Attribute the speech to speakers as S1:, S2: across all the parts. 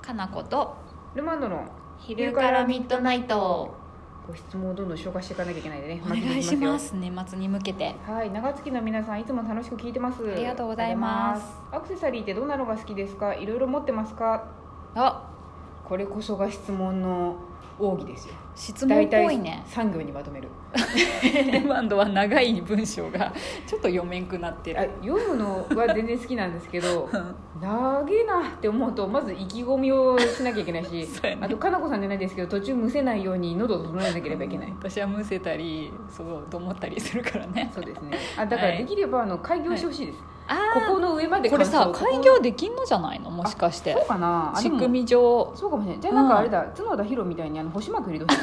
S1: かなこと
S2: ルマンドの
S1: 昼からミッドナイト
S2: ご質問をどんどん紹介していかなきゃいけないんでね
S1: お願いし
S2: よ
S1: ます年末に向けて
S2: はい長月の皆さんいつも楽しく聞いてます
S1: ありがとうございます
S2: アクセサリーってどんなのが好きですかいろいろ持ってますか
S1: あ
S2: これこそが質問の奥義ですよ
S1: 質問っぽいね
S2: 3行にまとめる
S1: レマンドは長い文章がちょっと読めんくなって
S2: あ
S1: る
S2: 読むのは全然好きなんですけ ど
S1: うん
S2: 長えなって思うとまず意気込みをしなきゃいけな いし
S1: そうやね
S2: あとかなこさんじゃないですけど途中むせないように喉を整えなければいけない、
S1: 私はむせたりそうと思ったりするからね
S2: そうですねあだからできればあの開業してほしいです、
S1: あ
S2: ここの上まで
S1: これさ
S2: 感想
S1: 開業できんのじゃないのもしかして
S2: そうかなあ
S1: 仕
S2: でも
S1: 組み上
S2: そうかもしれないじゃあなんかあれだ、角田博みたいにあの星マーク入れてほしい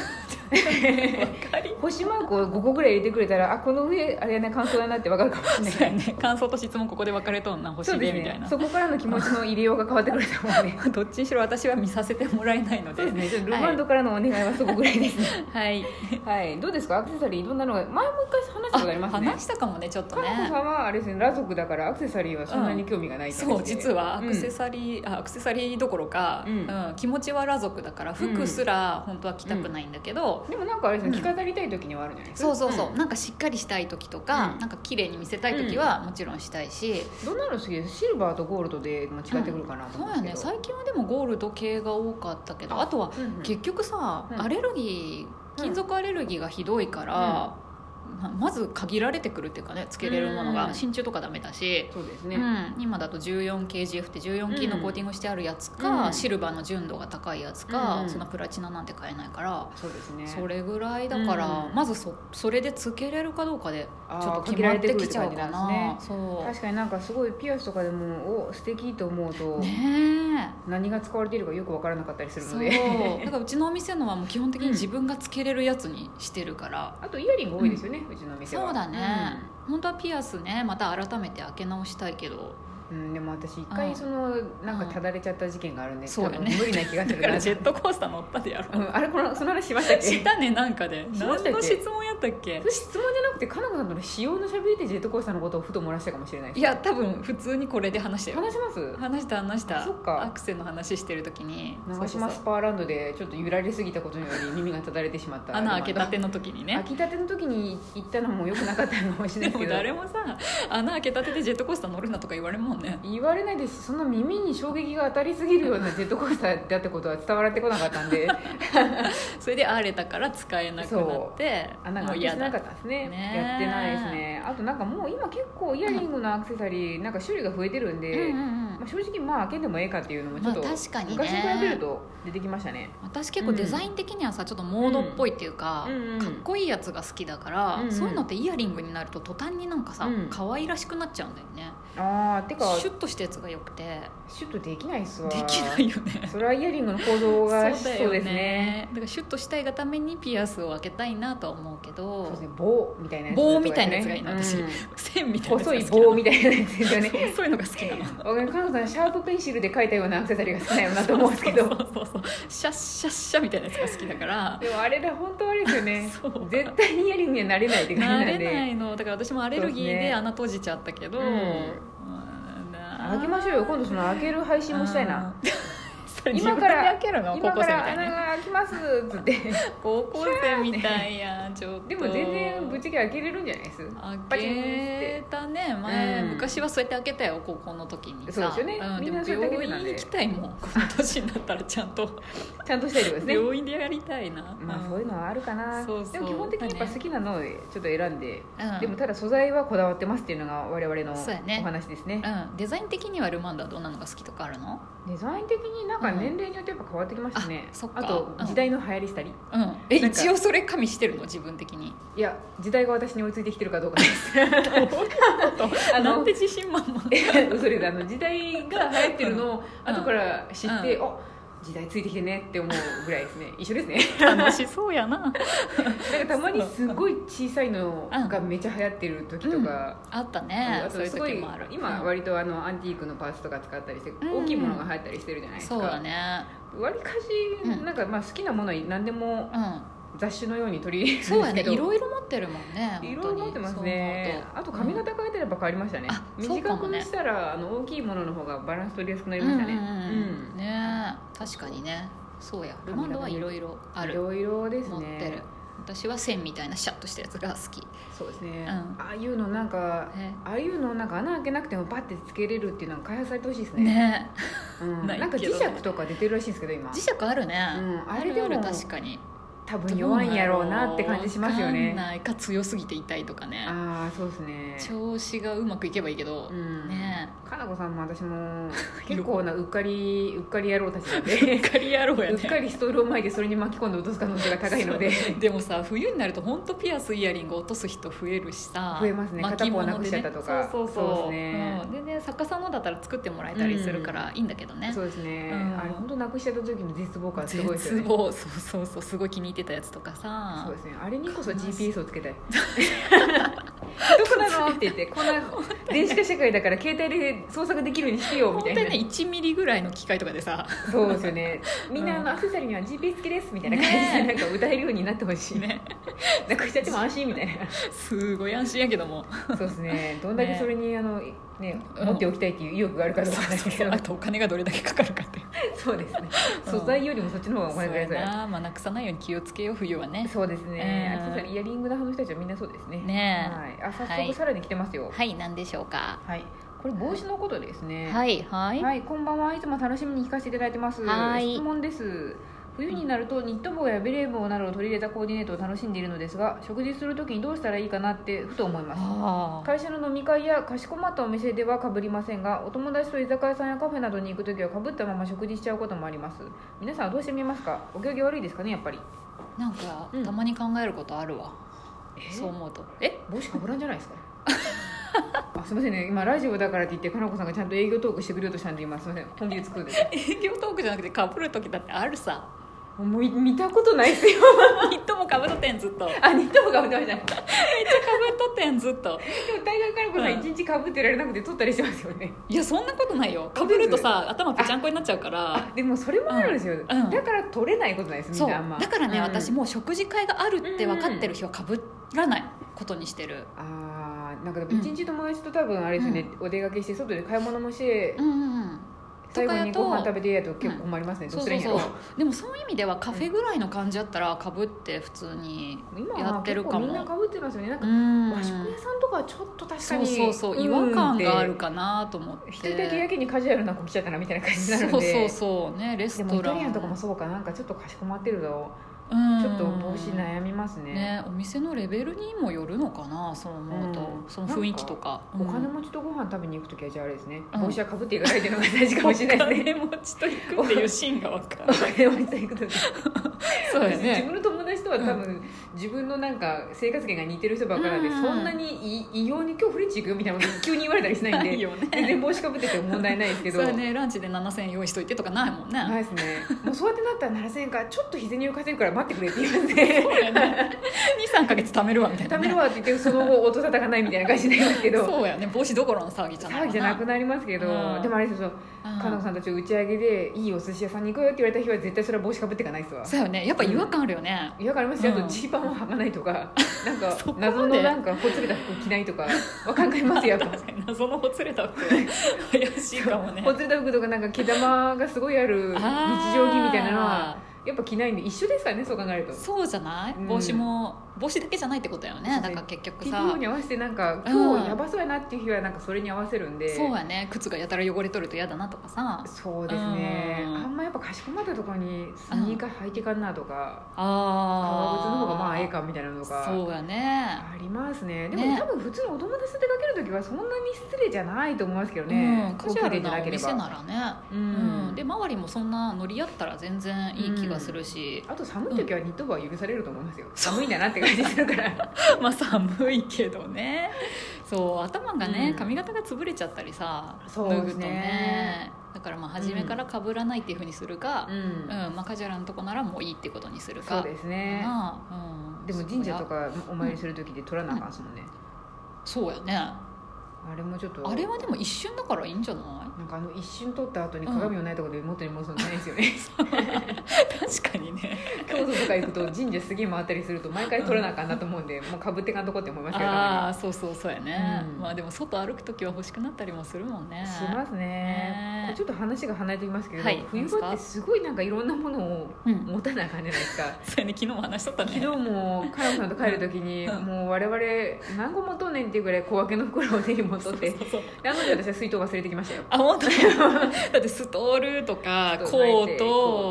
S2: 星マークを5個ぐらい入れてくれたらあこの上あれやね感想だなってわかるかもしれ
S1: そう
S2: な
S1: や
S2: い
S1: ね感想と質問ここで分かれとんな
S2: そ
S1: 星
S2: う
S1: で
S2: です
S1: みたい
S2: ね
S1: な
S2: そこからの気持ちの入れようが変わってくると思うね
S1: どっちにしろ私は見させてもらえないので
S2: そうですねちょっとルマンドからのお願いはそこぐらいです ね
S1: はい、
S2: はいどうですかアクセサリーどんなのが前も一回話したことありますね
S1: 話したかもねちょっと
S2: かなこ
S1: ね
S2: さんはあれですね裸族だからアクセサリーはそんなに興味がないって話で、
S1: そう実はアクセ
S2: サ
S1: サリー、あアクセサリーどころか、
S2: うん
S1: うん気持ちは裸族だから服すら本当は着たくないんだけど、
S2: リー、でもなんかあれですね
S1: うん
S2: 着飾りたい時にはあるんじゃないです
S1: そ
S2: か
S1: うそうそう、
S2: ん
S1: なんかしっかりしたい時とか、
S2: うん
S1: なんか綺麗に見せたい時はもちろんしたいし、
S2: どんなの好きですシルバーとゴールドでまあ違ってくるかなと
S1: そ
S2: 思
S1: う
S2: う
S1: や
S2: んで
S1: ね
S2: すけど、
S1: 最近はでもゴールド系が多かったけどあとは
S2: うんうん
S1: 結局さ、
S2: うん
S1: アレルギー金属アレルギーがひどいから、ままず限られてくるっていうかねつけれるもの
S2: う
S1: が
S2: ん
S1: 真鍮とかダメだし、
S2: そうですね、
S1: うん、今だと 14KGF って14金のコーティングしてあるやつか、
S2: うん
S1: シルバーの純度が高いやつか、
S2: うん
S1: そんなプラチナなんて買えないから、
S2: そうですね
S1: それぐらいだから、
S2: うん
S1: まずそそれでつけれるかどうかで
S2: あー
S1: ちょっと決まってきちゃうか
S2: 限られてくるって感じなん
S1: な
S2: で
S1: そう
S2: 確かになんかすごいピアスとかでもお素敵と思うと、
S1: ね
S2: 何が使われているかよく分からなかったりす
S1: え
S2: る
S1: そ
S2: の
S1: う
S2: で
S1: だからうちのお店のはもう基本的に自分がつけれるやつにしてるから、
S2: あとイヤリング多いですよね、うちのお店は
S1: そうだね、本当はピアスねまた改めて開け直したいけど
S2: うん、うんでも私一
S1: う
S2: 回
S1: ん
S2: そのなんかただれちゃった事件があるんで、
S1: そうよ
S2: 多
S1: ね
S2: 分無理な気がす
S1: だ
S2: る
S1: か
S2: な
S1: らジェットコースター乗ったでやろう
S2: うん、あれこのその話しましたっけ
S1: したねなんかで
S2: しましたっけ
S1: 何の質問やったっけ
S2: それ質問じゃなくてかなこさんとの使用のしゃべりでジェットコースターのことをふと漏らしたかもしれないです
S1: いや多分普通にこれで話したよ
S2: 話します
S1: 話した話した
S2: あそっか
S1: アクセの話してる時に
S2: 長島ス
S1: そうそう
S2: パーランドでちょっと揺られすぎたことにより耳がただれてしまっ
S1: そ
S2: た
S1: う穴開けた
S2: て
S1: ての時 に
S2: 開
S1: ね
S2: きたての時に行ったのもよくなかったのかもしれ
S1: で
S2: ないです
S1: も
S2: けど
S1: 誰もさ穴開けたてでジェットコースター乗るなとか言われるもんね
S2: 言われないですしその耳に衝撃が当たりすぎるようなジェットコースターだってことは伝わられてこなかった んで
S1: それで荒れたから使えなくなって
S2: 穴が
S1: もう
S2: 開い
S1: 嫌
S2: てなか
S1: だ
S2: ったですね
S1: ねえ
S2: やってないですねあとなんかもう今結構イヤリングのアクセサリーなんか種類が増えてるん
S1: う
S2: で、
S1: んうん
S2: まあ、正直まあ開けんでもええかっていうのもちょっと、
S1: まあ確かにね
S2: 昔に比べると出てきましたね
S1: 私結構デザイン的にはさちょっとモードっぽいっていうか、
S2: うんうんうん
S1: かっこいいやつが好きだから、
S2: うんうん
S1: そういうのってイヤリングになると途端になんかさ、
S2: うん
S1: 可愛らしくなっちゃうんだよね
S2: ああてか
S1: シュッとしたやつがよくて
S2: シュッとできないっすわ
S1: できないよね
S2: それはイヤリングの構造がしそうですね
S1: ねだからシュッとしたいがためにピアスを開けたいなとは思うけ
S2: そう
S1: ど
S2: ですね棒みたいなやつ
S1: 棒みたいなやつがいいな
S2: うん
S1: 私線みたいな
S2: 細い棒み
S1: た
S2: たいなやつですよね
S1: なそういうのが好きなの
S2: わかる彼女さんシャープペンシルで描いたようなアクセサリーが好きなよなと思うんですけ
S1: そ
S2: ど
S1: うそうそうシャッシャッシャみたいなやつが好きだから
S2: でもあれだ本当あれですよね
S1: そう
S2: 絶対にイヤリングにはなれないって感
S1: 慣
S2: じなん
S1: れな
S2: で
S1: いのだから私もアレルギー
S2: そうですね
S1: で穴閉じちゃったけど、
S2: うん
S1: うんなあ
S2: 開けましょうよ今度その開ける配信もしたいな
S1: うん それ
S2: 今か
S1: 自分
S2: ら
S1: で開けるの
S2: 今
S1: 高校生み
S2: から
S1: たい
S2: 穴
S1: な
S2: が開きますっつって
S1: 高校生みたいやちょっと
S2: でも全然ぶっちゃけ開けれるんじゃないですパ
S1: 開
S2: チンっ
S1: け
S2: て
S1: たね前、
S2: うん
S1: 昔はそうやって開けたよ高校の時にさ
S2: そうですよね
S1: ん、
S2: み
S1: で
S2: んな
S1: も
S2: そうやって開
S1: 病
S2: けてたん
S1: 院
S2: で
S1: 行きたいもんこの年になったらちゃんと、
S2: ちゃんとしたいってことですね
S1: 病院でやりたいな、
S2: まあそういうのはあるかな、
S1: そうそう
S2: でも基本的にやっぱ好きなのをちょっと選んで、
S1: うん
S2: でもただ素材はこだわってますっていうのが我々の
S1: そうやね
S2: お話ですね
S1: うん、デザイン的にはルマンドはどんなのが好きとかあるの
S2: デザイン的になん
S1: う
S2: か
S1: ん
S2: 年齢によってやっぱ変わってきましたね、
S1: あそっか
S2: あと時代の流行りしたり、
S1: うんえ
S2: なんか
S1: 一応それ加味してるの自分的に
S2: いや時代が私に追いついてきてるかどうかです あ
S1: なん
S2: の
S1: で自信満々
S2: それであの時代が流行ってるのを
S1: うん
S2: 後から知って、
S1: う
S2: あ時代ついてきてねって思うぐらいで すね一緒ですね
S1: 楽しそうや な
S2: なんかたまにすごい小さいのがめちゃ流行ってる時とか、
S1: あった
S2: うん
S1: ね
S2: あ
S1: そう
S2: と
S1: いう
S2: すご
S1: 時
S2: い
S1: もある
S2: 今
S1: うん
S2: 割とあのアンティークのパーツとか使ったりして
S1: ん
S2: 大きいものが流行ったりしてるじゃないですか、
S1: そうだね
S2: 割か
S1: う
S2: し
S1: ん
S2: なんかまあ好きなものは何でも
S1: う
S2: 雑種のように取り入れる
S1: ん
S2: んです
S1: そ
S2: けど
S1: うやねいろいろ持ってるもんね本当に
S2: いろいろ持ってます
S1: そう思う
S2: ね
S1: と
S2: あと髪型変えてれば変わりましたね
S1: あ、そうか
S2: 短
S1: もね
S2: くしたらあの大きいものの方がバランス取りやすくなりましたね
S1: うんうんうん
S2: うん
S1: ねえ確かにねそうやルマンドはいろいろあ
S2: い
S1: る
S2: ろいろですね
S1: 持ってる私は線みたいなシャッとしたやつが好き
S2: そうですね、
S1: うん
S2: ああいうのなんか
S1: ね
S2: ああいうのなんか穴開けなくてもバッてつけれるっていうのが開発されてほしいですね
S1: ね
S2: うん、
S1: ない
S2: なんか
S1: け
S2: 磁
S1: どね
S2: 石とか出てるらしいんですけど今
S1: 磁石あるね、
S2: うん
S1: あ
S2: あ
S1: れ
S2: れ
S1: で
S2: で
S1: あ
S2: も
S1: る確かに
S2: 多分弱いんやろうなって感じします
S1: わ
S2: よ
S1: かん
S2: ね
S1: ないか強すぎて痛いとかね
S2: ああそうですね
S1: 調子がうまくいけばいいけど、
S2: うん
S1: ね
S2: かなこさんも 私も結構なうっかりうっかり野郎たちなんで、
S1: えうっかり野郎や
S2: うっか
S1: ね
S2: りストールを巻いてそれに巻き込んで落とす可能性が高いので
S1: そうでもさ冬になると本当ピアスイヤリング落とす人増えるしさ
S2: 増えますね
S1: 巻物で
S2: 片方なくしちゃったとか
S1: そうそうそう
S2: そうですね
S1: うんでね作家さんのだったら作ってもらえたりするからいいんだけどね、
S2: そうですね、
S1: うん
S2: あれ本当なくしちゃった時の絶望感す ごいですよ
S1: 絶
S2: ね
S1: 望そうそうそうすごい気に入ってたやつとか
S2: そ
S1: さ
S2: うですねあれにこそ
S1: 悲しい
S2: GPS をつけた いどこなのって言ってこ んな電子化社会だから携帯で捜索できるようにしてよみ
S1: 本当
S2: た
S1: に
S2: いな
S1: ね1ミリぐらいの機械とかでさ
S2: そうですよねみんなあ
S1: うん
S2: のアクセサリーには GPS 付きですみたいな感じでなんか歌えるようになってほしい、
S1: ね
S2: なくしちゃっても安心みたい
S1: すごい安心やけども
S2: なそうですねどんだけそれにあの、ね、
S1: うん
S2: 持っておきたいっていう意欲があるかどうかですけど
S1: あとお金がどれだけかかるかって
S2: そうですね
S1: うん
S2: 素材よりもそっちの方がお金
S1: そう
S2: がか
S1: や
S2: かる
S1: な、まあ、なくさないように気をつけよう冬はね
S2: そうですね
S1: うん
S2: アクセサリーイヤリングの派の人たちはみんなそうですね
S1: ねえ
S2: はい、あ
S1: は
S2: 早
S1: い
S2: 速さらに来てますよはい、
S1: はい何でしょうか
S2: これ帽子のことですね
S1: はいはい、
S2: はい、こんばんはいつも楽しみに聞かせていただいてます
S1: はい
S2: 質問です冬になるとニット帽やベレー帽などを取り入れたコーディネートを楽しんでいるのですが食事する時にどうしたらいいかなってふと思います
S1: ああ
S2: 会社の飲み会やかしこまったお店ではかぶりませんがお友達と居酒屋さんやカフェなどに行く時はかぶったまま食事しちゃうこともあります皆さんはどうしてみますかお行儀悪いですかねやっぱり
S1: なんか、
S2: うん
S1: たまに考えることあるわそう思うとえ
S2: 帽子かぶらんじゃないですかあすいませんね今ラジオだからって言ってかなこさんがちゃんと営業トークしてくれようとしたんで今すいません本気で作るんで
S1: 営業トークじゃなくてかぶる時だってあるさ
S2: もう見たことないですよ
S1: ニットもかぶっとってんずっとめっちゃか
S2: あ、ニット帽かぶってました。でも
S1: ぶっとってんずっと
S2: 大概からこさ
S1: うん
S2: ん一日かぶってられなくて取ったりしてますよね。
S1: いやそんなことないよかぶるとさ頭ぺちゃんこになっちゃうから
S2: あ、でもそれもあるんですよ。
S1: うん
S2: だから取れないことないです。み
S1: そ
S2: ん
S1: う
S2: なあんま。
S1: だからね、
S2: うん
S1: 私。もう食事会があるって分かってる日はかぶらないことにしてる、
S2: あーなんかでも一日友達と多分あれですよね、お出かけして外で買い物もして、
S1: うんうんうん、
S2: 最後に
S1: とかやと
S2: ご飯食べてやと結構困りますね、ど
S1: そうう
S2: したら
S1: そ
S2: いういんや
S1: そう
S2: ろ
S1: でもそういう意味ではカフェぐらいの感じだったらかぶって普通に
S2: 今
S1: や
S2: は
S1: って
S2: 結
S1: るか
S2: 構
S1: も
S2: みんなかぶってますよねなん
S1: う
S2: か
S1: ん
S2: 和食屋さんとかはちょっと確か
S1: そう
S2: に
S1: そうそう違和感がある
S2: か
S1: かなと思って
S2: 一人だけやけにカジュアルな子来ちゃったなみたいな感じになるん
S1: そう
S2: で
S1: そうそうねレス
S2: で
S1: トラン
S2: もイタリアンとかもそうかなんかちょっとかしこまってるぞ
S1: うん
S2: ちょっと帽子悩みますね
S1: ねお店のレベルにもよるのかなそう思うと、
S2: うん
S1: その雰囲気とか
S2: お金
S1: うん
S2: 持ちとご飯食べに行く時はじゃああれですね、
S1: うん
S2: 帽子はかぶっていかないっていうのが大事かもしれないですね
S1: お金持ちと行くっていうシーンが分か
S2: お
S1: る
S2: 金持ちと行く時
S1: そうや
S2: 自
S1: ね
S2: 分の友達とは多分、自分のなんか生活圏が似てる人ばっかなんで、
S1: うん
S2: そんなにい異様に今日フレンチ行くよみたい なこと急に言われたりしないん
S1: ない
S2: で
S1: よね
S2: 全然帽子かぶってても問題ないですけ
S1: そ
S2: ど
S1: うやねランチで7000円用意しといてとかないもんね、
S2: ない ですねもうそうやってなったらならせんからちょっと日銭を稼ぐから待ってくれって言うんで
S1: そうやね23か月貯めるわみたいな、
S2: 食
S1: ね、
S2: べるわって言ってその後音沙汰がないみたいな感じになりますけど
S1: そうやね帽子どころの騒ぎじゃない
S2: 騒ぎじゃなく
S1: な
S2: なりますけど、
S1: うん
S2: でもあれですよ
S1: うん
S2: かのこさんたち打ち上げでいいお寿司屋さんに行こうよって言われた日は絶対それは帽子かぶっていかないっすわ
S1: そうよねやっぱ違和感あるよね、
S2: 嫌がりますよ、
S1: うん
S2: あとジーパンは履かないと かなんか
S1: そこまで
S2: 謎のなんかほつれた服着ないとかわかんな いますよやっぱ
S1: 確かに謎のほつれた服は怪しいかもね
S2: ほつれた服とかなんか毛玉がすごいある日常着みたいなのは
S1: あ
S2: やっぱ着ないんで一緒ですからねそう考えると
S1: ーそうじゃない
S2: うん
S1: 帽子も、帽子だけじゃないってことだよ
S2: そ
S1: ね
S2: うね
S1: だから結局
S2: 着るよ
S1: さ
S2: うに合わせてなんか
S1: うん
S2: 今日やばそうやなっていう日はなんかそれに合わせるんで
S1: そうやね靴がやたら汚れとると嫌だなとかさ
S2: そうですね、
S1: うん
S2: あんまやっぱかしこまったところにスニーカー履いてかんなとか、
S1: あ
S2: 革靴の方がまあええかみたいなのとか
S1: そうやね
S2: ありますねでも
S1: ね
S2: 多分普通のお友達と出かける時はそんなに失礼じゃないと思いますけど
S1: う
S2: ね
S1: ん、
S2: カ
S1: カ
S2: ジ
S1: ジ
S2: ュ
S1: ュ
S2: ア
S1: ア
S2: ル
S1: ル
S2: でな
S1: な
S2: け
S1: お
S2: れ
S1: 店
S2: ば
S1: ならね、
S2: う
S1: うん
S2: ん
S1: で周りもそんな乗り合ったら全然いい気がするし、
S2: あと寒い時はニット帽は許されると思いますよ、寒いんだなって感じするから
S1: まあ寒いけどねそう頭がね、
S2: うん
S1: 髪型が潰れちゃったりさ
S2: そう
S1: 脱
S2: です
S1: ぐ
S2: ね
S1: とねだからまあ初めから被らないっていうふうにするか、
S2: う
S1: うん
S2: ん
S1: まあ、カジュアルのとこならもういいってことにする
S2: そ
S1: か
S2: うですね
S1: なあうん
S2: でも神社とかお参りする時で取らなあかんすもんね、
S1: そうやねあ
S2: あれもちょっと
S1: れはでも一瞬だからいいんじゃ な
S2: なんかあの一瞬 取った後に鏡のないところで元に戻すのないですよね、
S1: い確かにね
S2: 今日ぞとか行くと神社すげえ回ったりすると毎回取らなあかんなと思うんでもうかぶってかんとこって思いますけどね
S1: ああそうそうそうやね、
S2: うん
S1: まあでも外歩く時は欲しくなったりもするもんね
S2: しますね
S1: ね
S2: これちょっと話が離れてきますけれど、
S1: はい
S2: 冬場ってすごいなんかいろんなものを
S1: うん
S2: 持たなあかんじゃないです か
S1: そうやね昨日も話しとったね
S2: 昨日も佳代さんと帰る時に
S1: うん
S2: もう我々何個持っとんねんっていうぐらい小分けの袋を手に持っとって
S1: そうそう
S2: なので私は水筒忘れてきましたよ
S1: あ本当にだってストールとか
S2: スト
S1: コ
S2: ール
S1: ー
S2: コー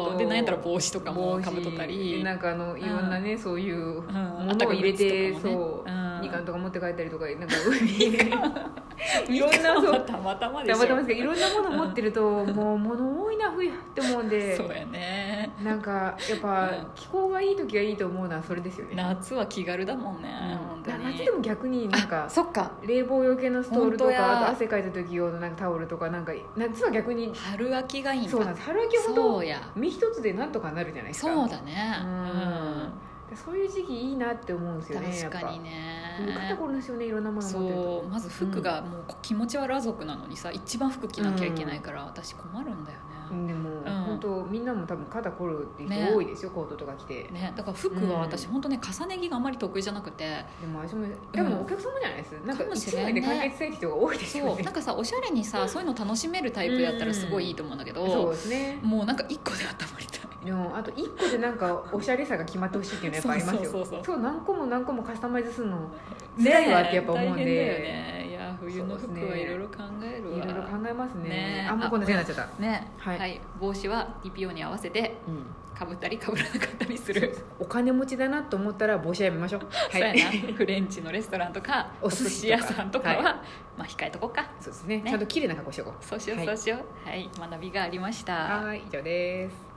S1: ト
S2: ト
S1: で何やったら帽子とかも
S2: 帽子
S1: かぶっとったり
S2: なんかあのいろんなね、そういうも
S1: あった
S2: のを
S1: か
S2: 入れて、
S1: グッズとか
S2: そ
S1: もね
S2: う、
S1: うん
S2: みかんとか持って帰ったりとかなんか海に い
S1: い
S2: ろ
S1: ろ
S2: ん
S1: ん
S2: な
S1: な
S2: そう
S1: たまたまでしょ
S2: たまたまですけどいろんなもの持ってると、もう物多いな冬って思うんで
S1: そうやね
S2: なんかやっぱ、
S1: うん
S2: 気候がいい時がいいと思うのはそれですよね
S1: 夏は気軽だもんね、
S2: うん
S1: 本当に
S2: 夏でも逆になんか
S1: そっか
S2: 冷房用系のストールと
S1: 本当や
S2: かあと汗かいた時用のなんかタオルとかなんか夏は逆に
S1: 春秋がいいんだ
S2: そうなんです春秋ほ
S1: そ
S2: ど
S1: うや
S2: 身一つでなんとかなるじゃないですか
S1: そうだね
S2: うんそういう時期いいなって思うんですよね
S1: 確かに
S2: やっぱ肩
S1: ね
S2: こるんですよねいろんなもの持ってると
S1: そうまず服がもう気持ちは裸族なのにさ一番服着なきゃいけないから私困るんだよね,、
S2: でも、
S1: ん
S2: 本当みんなも多分肩こるっていう人多いですよ、コートとか着て
S1: ねだから服は私
S2: うん
S1: 本当ね重ね着があまり得意じゃなくて
S2: でも私もでもお客様じゃないです、なんか
S1: かもし
S2: 一
S1: れんね
S2: 枚で解決したい人が多いです
S1: そ
S2: よ
S1: う
S2: ね
S1: なんかさおしゃれにさそういうの楽しめるタイプやったらすごいいいと思うんだけ
S2: そう
S1: ど、
S2: ですね
S1: もうなんか一個で温まりたい
S2: でもあと一個でなんかおしゃれさが決まってほしいっていうのやっぱありますよ
S1: そうそうそうそう
S2: 今日何個も何個もカスタマイズするの 辛いわってやっぱ思うんで、
S1: ねえ大変だよねいや冬の
S2: そう
S1: 服
S2: ですね
S1: はいろいろ考えるわ
S2: いろいろ考えますね
S1: ね
S2: あもうこんな手になっちゃった、
S1: ね
S2: は
S1: はいい、帽子は TPO に合わせて
S2: うん
S1: かぶったりかぶらなかったりする、
S2: お金持ちだなと思ったら帽子はやめましょう
S1: そうや
S2: はい
S1: なフレンチのレストランとか
S2: お
S1: お
S2: 寿
S1: 寿
S2: 司
S1: 司
S2: と
S1: 屋
S2: か
S1: さんとかは、
S2: はい
S1: まあ控えとこうか
S2: そうですね
S1: ね
S2: ちゃんと綺麗な格好しておこう
S1: そうしよう、
S2: はい
S1: そうしようはい学びがありました
S2: はい以上です